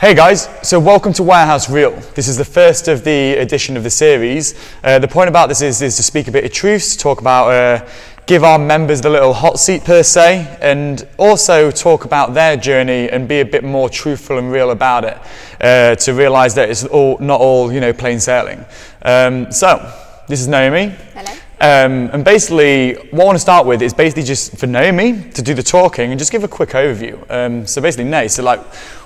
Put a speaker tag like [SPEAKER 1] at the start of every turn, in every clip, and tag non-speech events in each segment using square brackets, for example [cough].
[SPEAKER 1] Hey guys, so welcome to Warehouse Real. This is the first of the edition of the series. Uh, the point about this is, is to speak a bit of truth, talk about, uh, give our members the little hot seat per se, and also talk about their journey and be a bit more truthful and real about it uh, to realise that it's all, not all, you know, plain sailing. Um, so, this is Naomi.
[SPEAKER 2] Hello.
[SPEAKER 1] Um, and basically, what I want to start with is basically just for Naomi to do the talking and just give a quick overview. Um, so basically, Nay, so like,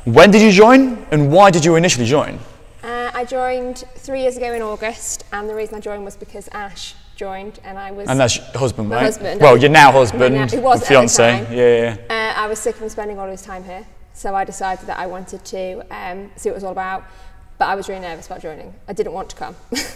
[SPEAKER 1] when did you join and why did you initially join?
[SPEAKER 2] Uh, I joined three years ago in August, and the reason I joined was because Ash joined, and I was
[SPEAKER 1] And that's your husband,
[SPEAKER 2] My
[SPEAKER 1] right?
[SPEAKER 2] husband.
[SPEAKER 1] Well, your now
[SPEAKER 2] My
[SPEAKER 1] husband,
[SPEAKER 2] now- it was
[SPEAKER 1] your
[SPEAKER 2] at the
[SPEAKER 1] fiance.
[SPEAKER 2] time.
[SPEAKER 1] Yeah, yeah.
[SPEAKER 2] uh, I was sick of him spending all of his time here, so I decided that I wanted to um, see what it was all about. But I was really nervous about joining. I didn't want to come. [laughs]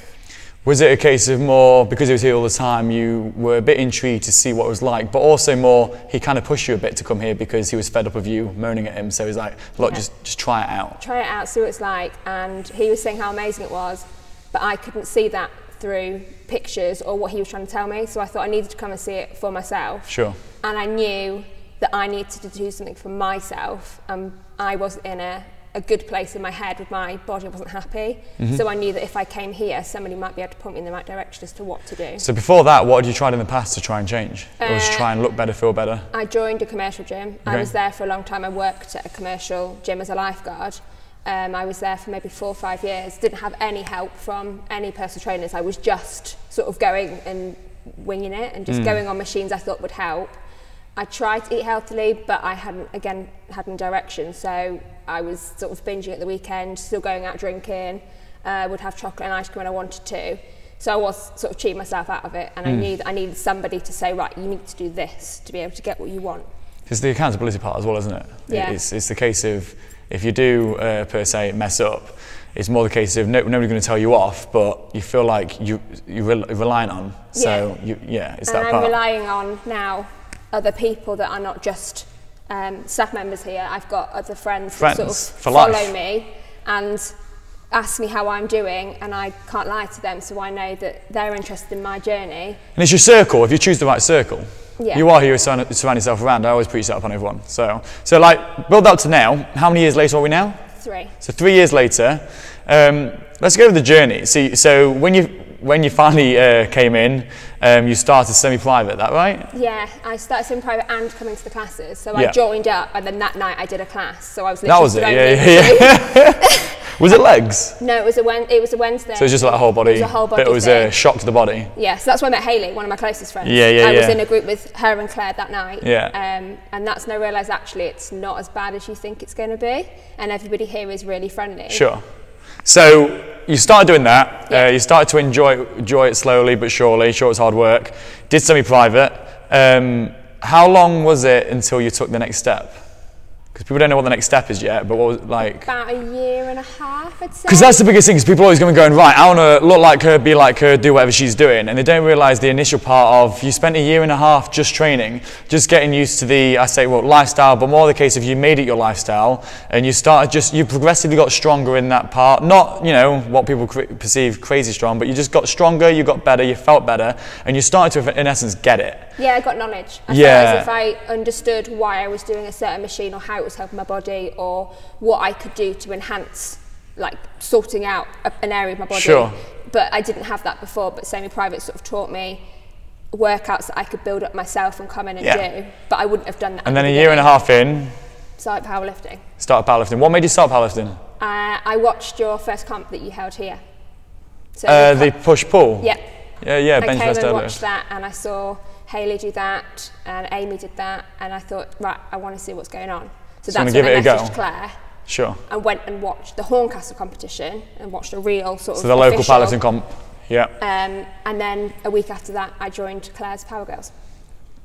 [SPEAKER 1] Was it a case of more because he was here all the time, you were a bit intrigued to see what it was like, but also more he kind of pushed you a bit to come here because he was fed up of you moaning at him. So he's like, look, just just try it out.
[SPEAKER 2] Try it out, see what it's like. And he was saying how amazing it was, but I couldn't see that through pictures or what he was trying to tell me. So I thought I needed to come and see it for myself.
[SPEAKER 1] Sure.
[SPEAKER 2] and I knew that I needed to do something for myself. Um, I wasn't in a, a good place in my head with my body, I wasn't happy.
[SPEAKER 1] Mm-hmm.
[SPEAKER 2] So I knew that if I came here, somebody might be able to point me in the right direction as to what to do.
[SPEAKER 1] So before that, what had you tried in the past to try and change? or
[SPEAKER 2] Uh,
[SPEAKER 1] just try and look better, feel better?
[SPEAKER 2] I joined a commercial gym. I
[SPEAKER 1] Okay.
[SPEAKER 2] was there for a long time. I worked at a commercial gym as a lifeguard. Um, I was there for maybe four or five years. Didn't have any help from any personal trainers. I was just sort of going and winging it and just going on machines I thought would help. I tried to eat healthily, but I hadn't, again, had no direction. So I was sort of binging at the weekend, still going out drinking, uh, would have chocolate and ice cream when I wanted to. So I was sort of cheating myself out of it, and I knew that I needed somebody to say, right, you need to do this to be able to get what you want.
[SPEAKER 1] It's the accountability part as well, isn't it?
[SPEAKER 2] Yeah.
[SPEAKER 1] It's, it's the case of if you do uh, per se mess up, it's more the case of no, nobody's going to tell you off, but you feel like you you rel- you're reliant on. So you, yeah, it's
[SPEAKER 2] and
[SPEAKER 1] that
[SPEAKER 2] I'm
[SPEAKER 1] part.
[SPEAKER 2] relying on now other people that are not just um, staff members here. I've got other friends, that sort of
[SPEAKER 1] Friends for
[SPEAKER 2] follow
[SPEAKER 1] life.
[SPEAKER 2] me and ask me how I'm doing, and I can't lie to them, so I know that they're interested in my journey.
[SPEAKER 1] and it's your circle. If you choose the right circle,
[SPEAKER 2] Yeah.
[SPEAKER 1] you are who you surround, surround yourself around. I always preach that upon everyone. So so like build up to now. How many years later are we now?
[SPEAKER 2] Three.
[SPEAKER 1] So three years later, um, let's go over the journey. See, so when you when you finally uh, came in, um, you started semi-private. That right?
[SPEAKER 2] Yeah, I started in private and coming to the classes, so
[SPEAKER 1] Yeah.
[SPEAKER 2] I joined up, and then that night I did a class, so I was
[SPEAKER 1] That
[SPEAKER 2] literally
[SPEAKER 1] was it.
[SPEAKER 2] thrown
[SPEAKER 1] Yeah,
[SPEAKER 2] into-
[SPEAKER 1] yeah, yeah. [laughs] was it legs?
[SPEAKER 2] No, it was a Wed. It was a Wednesday.
[SPEAKER 1] So it's just like a whole body.
[SPEAKER 2] It was a whole body
[SPEAKER 1] But it was
[SPEAKER 2] thing.
[SPEAKER 1] a shock to the body.
[SPEAKER 2] Yeah, so that's where I met Haley, one of my closest friends.
[SPEAKER 1] Yeah, yeah,
[SPEAKER 2] I was
[SPEAKER 1] yeah.
[SPEAKER 2] in a group with her and Claire that night.
[SPEAKER 1] Yeah.
[SPEAKER 2] Um, and that's when I realised actually it's not as bad as you think it's going to be, and everybody here is really friendly.
[SPEAKER 1] Sure. So you started doing that.
[SPEAKER 2] Yeah.
[SPEAKER 1] Uh, you started to enjoy enjoy it slowly but surely. Sure, it's hard work. Did semi-private. Um, how long was it until you took the next step? Because people don't know what the next step is yet. But what was like?
[SPEAKER 2] About a year and a half, I'd say.
[SPEAKER 1] Because that's the biggest thing. Because people are always going to go and right. I want to look like her, be like her, do whatever she's doing, and they don't realise the initial part of you spent a year and a half just training, just getting used to the I say well lifestyle, but more the case of you made it your lifestyle, and you started just you progressively got stronger in that part. Not you know what people cr- perceive crazy strong, but you just got stronger, you got better, you felt better, and you started to in essence get it.
[SPEAKER 2] Yeah, I got knowledge. I
[SPEAKER 1] Yeah.
[SPEAKER 2] felt as if I understood why I was doing a certain machine or how it was helping my body or what I could do to enhance, like, sorting out a- an area of my body.
[SPEAKER 1] Sure.
[SPEAKER 2] But I didn't have that before, but semi-private sort of taught me workouts that I could build up myself and come in and
[SPEAKER 1] Yeah.
[SPEAKER 2] do, but I wouldn't have done that.
[SPEAKER 1] And then a year and a half in,
[SPEAKER 2] Started powerlifting.
[SPEAKER 1] started powerlifting. What made you start powerlifting?
[SPEAKER 2] Uh, I watched your first comp that you held here. So
[SPEAKER 1] Uh,
[SPEAKER 2] the
[SPEAKER 1] the push pull.
[SPEAKER 2] Yep.
[SPEAKER 1] Yeah, yeah, bench
[SPEAKER 2] I
[SPEAKER 1] press
[SPEAKER 2] came and
[SPEAKER 1] deadlift.
[SPEAKER 2] watched that and I saw Hayley do that and Amy did that and I thought, right, I want to see what's going on. So,
[SPEAKER 1] I'm
[SPEAKER 2] that's
[SPEAKER 1] gonna
[SPEAKER 2] when I
[SPEAKER 1] give it a
[SPEAKER 2] messaged
[SPEAKER 1] go.
[SPEAKER 2] Claire
[SPEAKER 1] Sure.
[SPEAKER 2] and went and watched the Horncastle competition and watched a real sort
[SPEAKER 1] So
[SPEAKER 2] of
[SPEAKER 1] the local
[SPEAKER 2] official,
[SPEAKER 1] powerlifting comp. Yeah.
[SPEAKER 2] Um, and then a week after that, I joined Claire's Power Girls.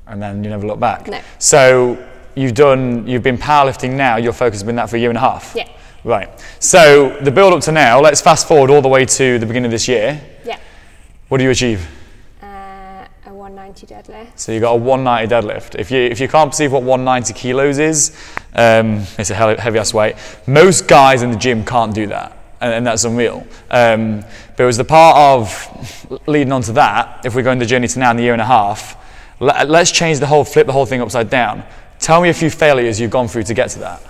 [SPEAKER 1] and then you never look back.
[SPEAKER 2] No.
[SPEAKER 1] So you've done, you've been powerlifting now. Your focus has been that for a year and a half.
[SPEAKER 2] Yeah.
[SPEAKER 1] Right. So the build up to now. Let's fast forward all the way to the beginning of this year.
[SPEAKER 2] Yeah.
[SPEAKER 1] What do you achieve?
[SPEAKER 2] Uh, a 190 deadlift.
[SPEAKER 1] So you got a 190 deadlift. If you if you can't perceive what 190 kilos is, um, it's a heavy ass weight. Most guys in the gym can't do that, and, and that's unreal. Um, but it was the part of leading on to that. If we're going the journey to now in the year and a half, let, let's change the whole flip the whole thing upside down. Tell me a few failures you've gone through to get to that.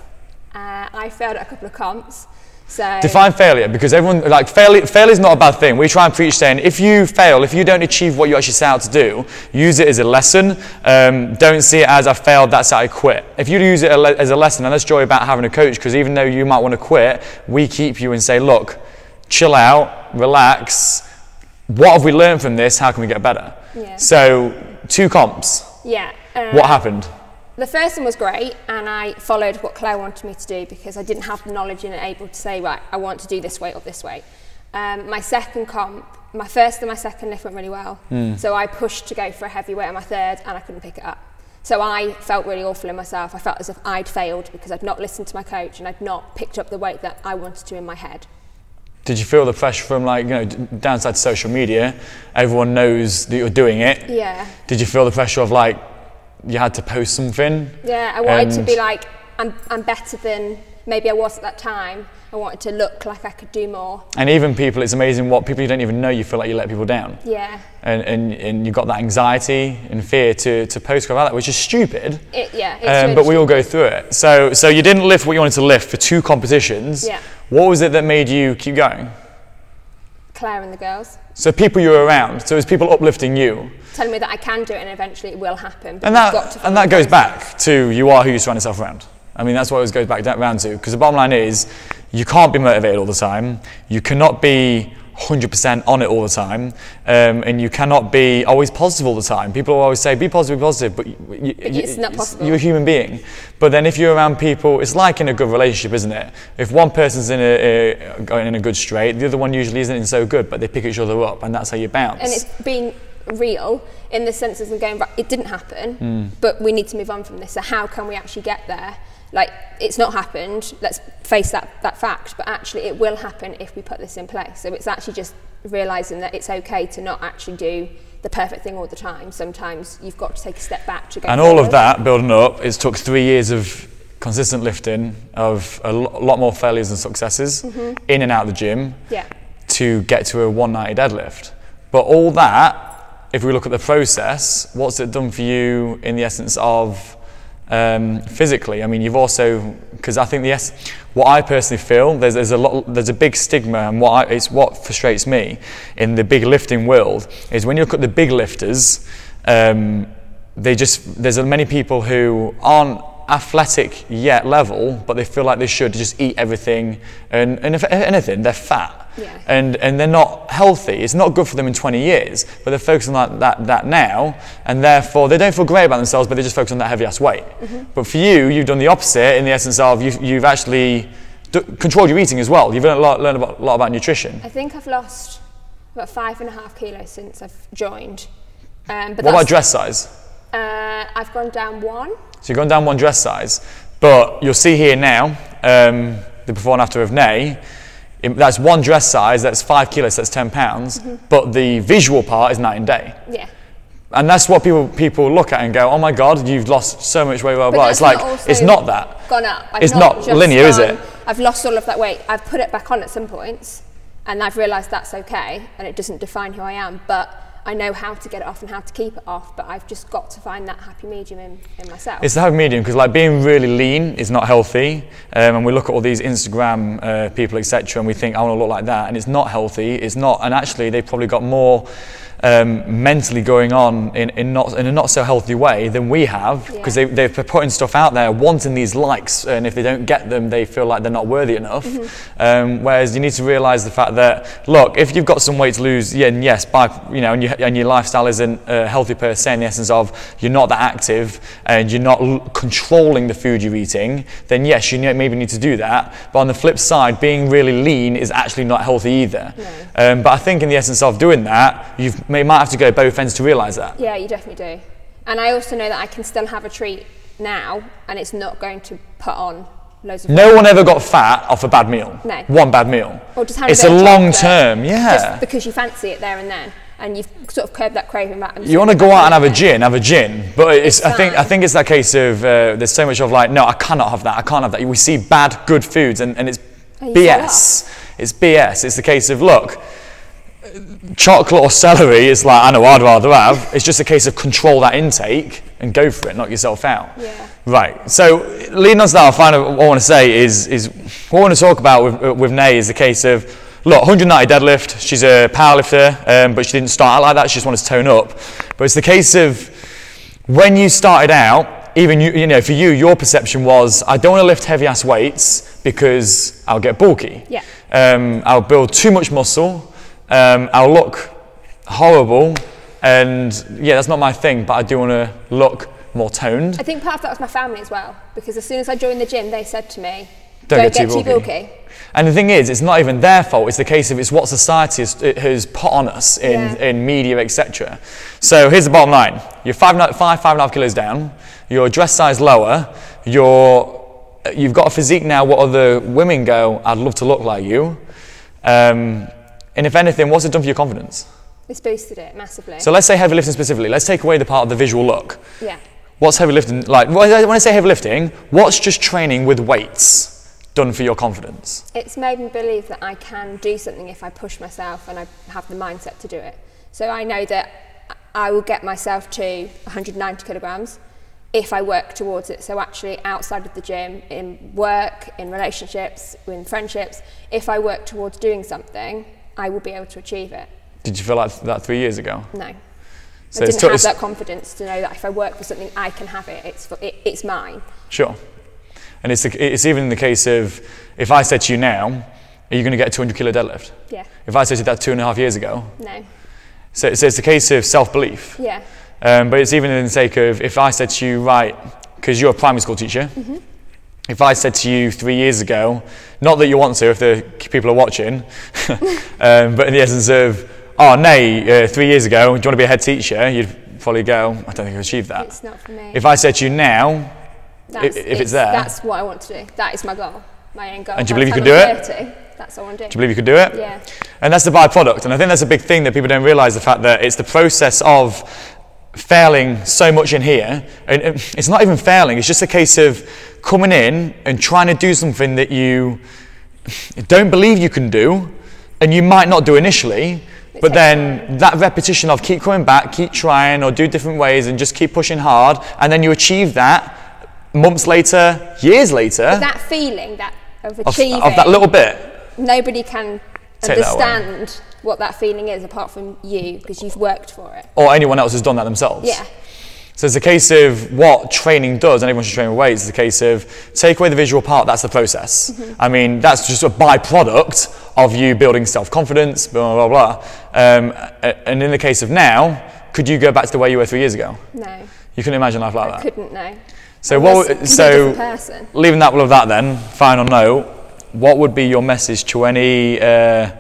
[SPEAKER 2] Uh, I failed at a couple of comps. So
[SPEAKER 1] Define failure because everyone, like, failure, failure is not a bad thing. We try and preach saying if you fail, if you don't achieve what you actually set out to do, use it as a lesson. Um, don't see it as I failed, that's how I quit. If you use it a le- as a lesson, and that's joy about having a coach because even though you might want to quit, we keep you and say, look, chill out, relax. What have we learned from this? How can we get better?
[SPEAKER 2] Yeah.
[SPEAKER 1] So, two comps.
[SPEAKER 2] yeah. Um,
[SPEAKER 1] What happened?
[SPEAKER 2] The first one was great, and I followed what Claire wanted me to do because I didn't have the knowledge and able to say, right, I want to do this way or this way. Um, my second comp, my first and my second lift went really well.
[SPEAKER 1] Hmm.
[SPEAKER 2] So I pushed to go for a heavy weight on my third, and I couldn't pick it up. So I felt really awful in myself. I felt as if I'd failed because I'd not listened to my coach and I'd not picked up the weight that I wanted to in my head.
[SPEAKER 1] Did you feel the pressure from like you know d- downside to social media? Everyone knows that you're doing it.
[SPEAKER 2] Yeah.
[SPEAKER 1] Did you feel the pressure of like you had to post something?
[SPEAKER 2] Yeah, I wanted to
[SPEAKER 1] And-
[SPEAKER 2] be like, I'm, I'm better than maybe I was at that time. I wanted to look like I could do more.
[SPEAKER 1] And even people, it's amazing what people you don't even know. You feel like you let people down,
[SPEAKER 2] Yeah.
[SPEAKER 1] and and, and you got that anxiety and fear to to post about that, which is stupid.
[SPEAKER 2] It, yeah. It's
[SPEAKER 1] Um,
[SPEAKER 2] really
[SPEAKER 1] but we all go through it. So so you didn't lift what you wanted to lift for two competitions.
[SPEAKER 2] Yeah.
[SPEAKER 1] What was it that made you keep going?
[SPEAKER 2] Claire and the girls
[SPEAKER 1] So people you were around. So it was people uplifting you.
[SPEAKER 2] telling me that I can do it and eventually it will happen. but
[SPEAKER 1] And
[SPEAKER 2] we've got
[SPEAKER 1] that,
[SPEAKER 2] to
[SPEAKER 1] and that goes back to you are who you surround yourself around. I mean, that's what it goes back da- down to. Because the bottom line is, you can't be motivated all the time. You cannot be 100% on it all the time. Um, and you cannot be always positive all the time. People always say, be positive, be positive. But, you, you,
[SPEAKER 2] it's not possible.
[SPEAKER 1] You're a human being. But then if you're around people, it's like in a good relationship, isn't it? If one person's in a, a, going in a good straight, the other one usually isn't in so good, but they pick each other up. And that's how you bounce.
[SPEAKER 2] and it's being real in the sense of going right, it didn't happen,
[SPEAKER 1] Hmm.
[SPEAKER 2] but we need to move on from this. So how can we actually get there? Like it's not happened. Let's face that that fact. But actually, it will happen if we put this in place. So it's actually just realizing that it's okay to not actually do the perfect thing all the time. Sometimes you've got to take a step back to go.
[SPEAKER 1] And all of
[SPEAKER 2] forward.
[SPEAKER 1] that building up, it's took three years of consistent lifting, of a lo- lot more failures than successes, in and out of the gym,
[SPEAKER 2] Yeah.
[SPEAKER 1] to get to a 190 deadlift. But all that, if we look at the process, what's it done for you in the essence of um, physically? I mean, you've also, because I think the ess- what I personally feel, there's, there's a lot, there's a big stigma, and what I, it's what frustrates me in the big lifting world is when you look at the big lifters. Um, they just there's many people who aren't athletic yet level but they feel like they should just eat everything and, and if anything they're fat
[SPEAKER 2] Yeah.
[SPEAKER 1] and and they're not healthy it's not good for them in 20 years but they're focusing on that, that, that now and therefore they don't feel great about themselves but they just focus on that heavy ass weight
[SPEAKER 2] Mm-hmm.
[SPEAKER 1] but for you you've done the opposite in the essence of you've, you've actually d- controlled your eating as well you've learned a lot, learned about, a lot about nutrition
[SPEAKER 2] I think I've lost about five and a half kilos since I've joined. Um, but
[SPEAKER 1] what about
[SPEAKER 2] that's-
[SPEAKER 1] dress size
[SPEAKER 2] Uh, I've gone down one.
[SPEAKER 1] So you've gone down one dress size, but you'll see here now um, the before and after of Nay. Im- That's one dress size, that's five kilos, that's 10 pounds,
[SPEAKER 2] Mm-hmm.
[SPEAKER 1] but the visual part is night and day.
[SPEAKER 2] Yeah.
[SPEAKER 1] And that's what people, people look at and go, oh my God, you've lost so much weight, blah, blah.
[SPEAKER 2] But
[SPEAKER 1] blah."
[SPEAKER 2] that's
[SPEAKER 1] It's like,
[SPEAKER 2] also
[SPEAKER 1] it's not that.
[SPEAKER 2] Gone up. I've
[SPEAKER 1] It's not
[SPEAKER 2] just
[SPEAKER 1] linear, is
[SPEAKER 2] gone-
[SPEAKER 1] it?
[SPEAKER 2] I've lost all of that weight. I've put it back on at some points, and I've realised that's okay, and it doesn't define who I am. But I know how to get it off and how to keep it off. But I've just got to find that happy medium in, in myself.
[SPEAKER 1] It's the happy medium because like being really lean is not healthy, um, and we look at all these Instagram uh, people, etc., and we think I want to look like that, and it's not healthy. It's not, and actually they've probably got more um, mentally going on in, in not in a not so healthy way than we have because
[SPEAKER 2] Yeah.
[SPEAKER 1] they, they're putting stuff out there, wanting these likes, and if they don't get them, they feel like they're not worthy enough. Um, whereas you need to realise the fact that look, if you've got some weight to lose, yeah, and yes, by you know, and, you, and your lifestyle isn't uh, healthy per se, in the essence of you're not that active and you're not l- controlling the food you're eating, then yes, you ne- maybe need to do that. But on the flip side, being really lean is actually not healthy either. Um, but I think in the essence of doing that, you've, you might have to go both ends to realise that.
[SPEAKER 2] Yeah, you definitely do. And I also know that I can still have a treat now, and it's not going to put on loads of
[SPEAKER 1] No one ever got fat off a bad meal.
[SPEAKER 2] No.
[SPEAKER 1] One bad meal.
[SPEAKER 2] Or just have
[SPEAKER 1] it's a
[SPEAKER 2] bit of chocolate,
[SPEAKER 1] long term, yeah.
[SPEAKER 2] Just because you fancy it there and then, and you've sort of curbed that craving. Right, I'm just
[SPEAKER 1] you want to
[SPEAKER 2] gonna
[SPEAKER 1] go out and have
[SPEAKER 2] have
[SPEAKER 1] a
[SPEAKER 2] it.
[SPEAKER 1] gin, have a gin. But it's,
[SPEAKER 2] It's
[SPEAKER 1] I think I
[SPEAKER 2] fine.
[SPEAKER 1] think it's that case of uh, there's so much of like, no, I cannot have that. I can't have that. We see bad, good foods, and, and it's
[SPEAKER 2] And you sell
[SPEAKER 1] BS. It's BS. It's the case of look, chocolate or celery is like, I know I'd rather have. It's just a case of control that intake and go for it, knock yourself out.
[SPEAKER 2] Yeah.
[SPEAKER 1] Right. So leading on to that, I find out what I want to say is is what I want to talk about with uh, with Nay is the case of look, 190 deadlift. She's a powerlifter, um, but she didn't start out like that. She just wanted to tone up. But it's the case of when you started out, even you, you know, for you, your perception was, I don't want to lift heavy ass weights because I'll get bulky.
[SPEAKER 2] Yeah.
[SPEAKER 1] Um, I'll build too much muscle. Um, I'll look horrible, and yeah, that's not my thing. But I do want to look more toned.
[SPEAKER 2] I think part of that was my family as well, because as soon as I joined the gym, they said to me,
[SPEAKER 1] Don't
[SPEAKER 2] "Don't
[SPEAKER 1] get too bulky." And the thing is, it's not even their fault. It's the case of it's what society has, it has put on us in,
[SPEAKER 2] Yeah.
[SPEAKER 1] in media, etc. So here's the bottom line: you're five, and a- five, five and a half kilos down. Your dress size lower. Your you've got a physique now. What other women go? I'd love to look like you. Um, and if anything, what's it done for your confidence?
[SPEAKER 2] It's boosted it massively.
[SPEAKER 1] So let's say heavy lifting specifically. Let's take away the part of the visual look.
[SPEAKER 2] yeah.
[SPEAKER 1] What's heavy lifting like? When I when I say heavy lifting, what's just training with weights done for your confidence?
[SPEAKER 2] It's made me believe that I can do something if I push myself and I have the mindset to do it. So I know that I will get myself to 190 kilograms if I work towards it. So actually, outside of the gym, in work, in relationships, in friendships, if I work towards doing something, I will be able to achieve it.
[SPEAKER 1] Did you feel like that three years ago?
[SPEAKER 2] No.
[SPEAKER 1] So
[SPEAKER 2] I
[SPEAKER 1] it's
[SPEAKER 2] didn't
[SPEAKER 1] to-
[SPEAKER 2] have
[SPEAKER 1] it's-
[SPEAKER 2] that confidence to know that if I work for something, I can have it. It's, for, it, it's mine.
[SPEAKER 1] Sure. And it's, the, it's even the case of if I said to you now, are you going to get a 200 kilo deadlift?
[SPEAKER 2] Yeah.
[SPEAKER 1] If I said to you that two and a half years ago,
[SPEAKER 2] No.
[SPEAKER 1] so, so it's a case of self belief.
[SPEAKER 2] Yeah.
[SPEAKER 1] Um, but it's even in the sake of if I said to you, right, because you're a primary school teacher,
[SPEAKER 2] Mm-hmm.
[SPEAKER 1] if I said to you three years ago, not that you want to if the k- people are watching, [laughs] um, but in the essence of, oh, Nay, uh, three years ago, do you want to be a head teacher? You'd probably go, I don't think I could achieve that.
[SPEAKER 2] It's not for me.
[SPEAKER 1] If I said to you now,
[SPEAKER 2] That's,
[SPEAKER 1] if it's there.
[SPEAKER 2] That's what I want to do. That is my goal, my end goal.
[SPEAKER 1] And do you
[SPEAKER 2] By the
[SPEAKER 1] believe you
[SPEAKER 2] time
[SPEAKER 1] could
[SPEAKER 2] I'm 30, that's what I want to do.
[SPEAKER 1] Do you believe you could do it?
[SPEAKER 2] Yeah.
[SPEAKER 1] And that's the byproduct. And I think that's a big thing that people don't realize the fact that it's the process of failing so much in here. And and it's not even failing, it's just a case of coming in and trying to do something that you don't believe you can do and you might not do initially. But
[SPEAKER 2] takes
[SPEAKER 1] then that repetition of keep coming back, keep trying, or do different ways and just keep pushing hard, and then you achieve that months later, years later,
[SPEAKER 2] that feeling that of
[SPEAKER 1] of,
[SPEAKER 2] achieving.
[SPEAKER 1] of that little bit.
[SPEAKER 2] Nobody can
[SPEAKER 1] Take that away.
[SPEAKER 2] understand what that feeling is apart from you because you've worked for it.
[SPEAKER 1] or anyone else has done that themselves.
[SPEAKER 2] Yeah.
[SPEAKER 1] So it's a case of what training does, and everyone should train with weights. It's a case of take away the visual part. That's the process.
[SPEAKER 2] Mm-hmm.
[SPEAKER 1] I mean, that's just a byproduct of you building self-confidence. Blah blah blah. Um, a- and in the case of now, could you go back to the way you were three years ago?
[SPEAKER 2] No,
[SPEAKER 1] You couldn't imagine life like that.
[SPEAKER 2] couldn't know.
[SPEAKER 1] So
[SPEAKER 2] I
[SPEAKER 1] what? would-
[SPEAKER 2] was a completely
[SPEAKER 1] So
[SPEAKER 2] different person.
[SPEAKER 1] leaving that all of that, then final note. What would be your message to any uh,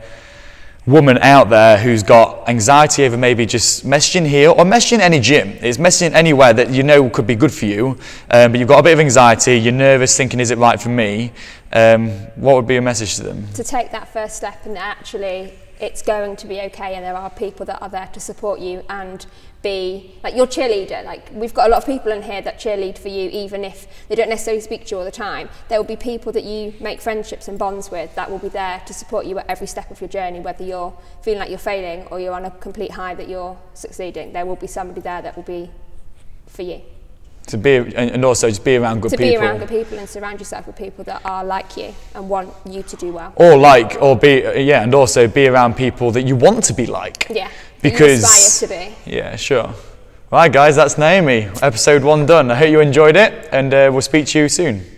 [SPEAKER 1] woman out there who's got anxiety over maybe just messaging here or messaging any gym? It's messaging anywhere that you know could be good for you, um, but you've got a bit of anxiety. You're nervous, thinking, "Is it right for me?" Um, what would be your message to them?
[SPEAKER 2] To take that first step and that actually it's going to be okay and there are people that are there to support you and be like your cheerleader. Like we've got a lot of people in here that cheerlead for you even if they don't necessarily speak to you all the time. There will be people that you make friendships and bonds with that will be there to support you at every step of your journey whether you're feeling like you're failing or you're on a complete high that you're succeeding. There will be somebody there that will be for you.
[SPEAKER 1] To be and and also just be around good
[SPEAKER 2] to
[SPEAKER 1] people.
[SPEAKER 2] be around good people and surround yourself with people that are like you and want you to do well.
[SPEAKER 1] or like, or be yeah, and also be around people that you want to be like.
[SPEAKER 2] Yeah. that you
[SPEAKER 1] Because
[SPEAKER 2] aspire to be.
[SPEAKER 1] Yeah, sure. Right, guys, that's Naomi. Episode one done. I hope you enjoyed it, and uh, we'll speak to you soon.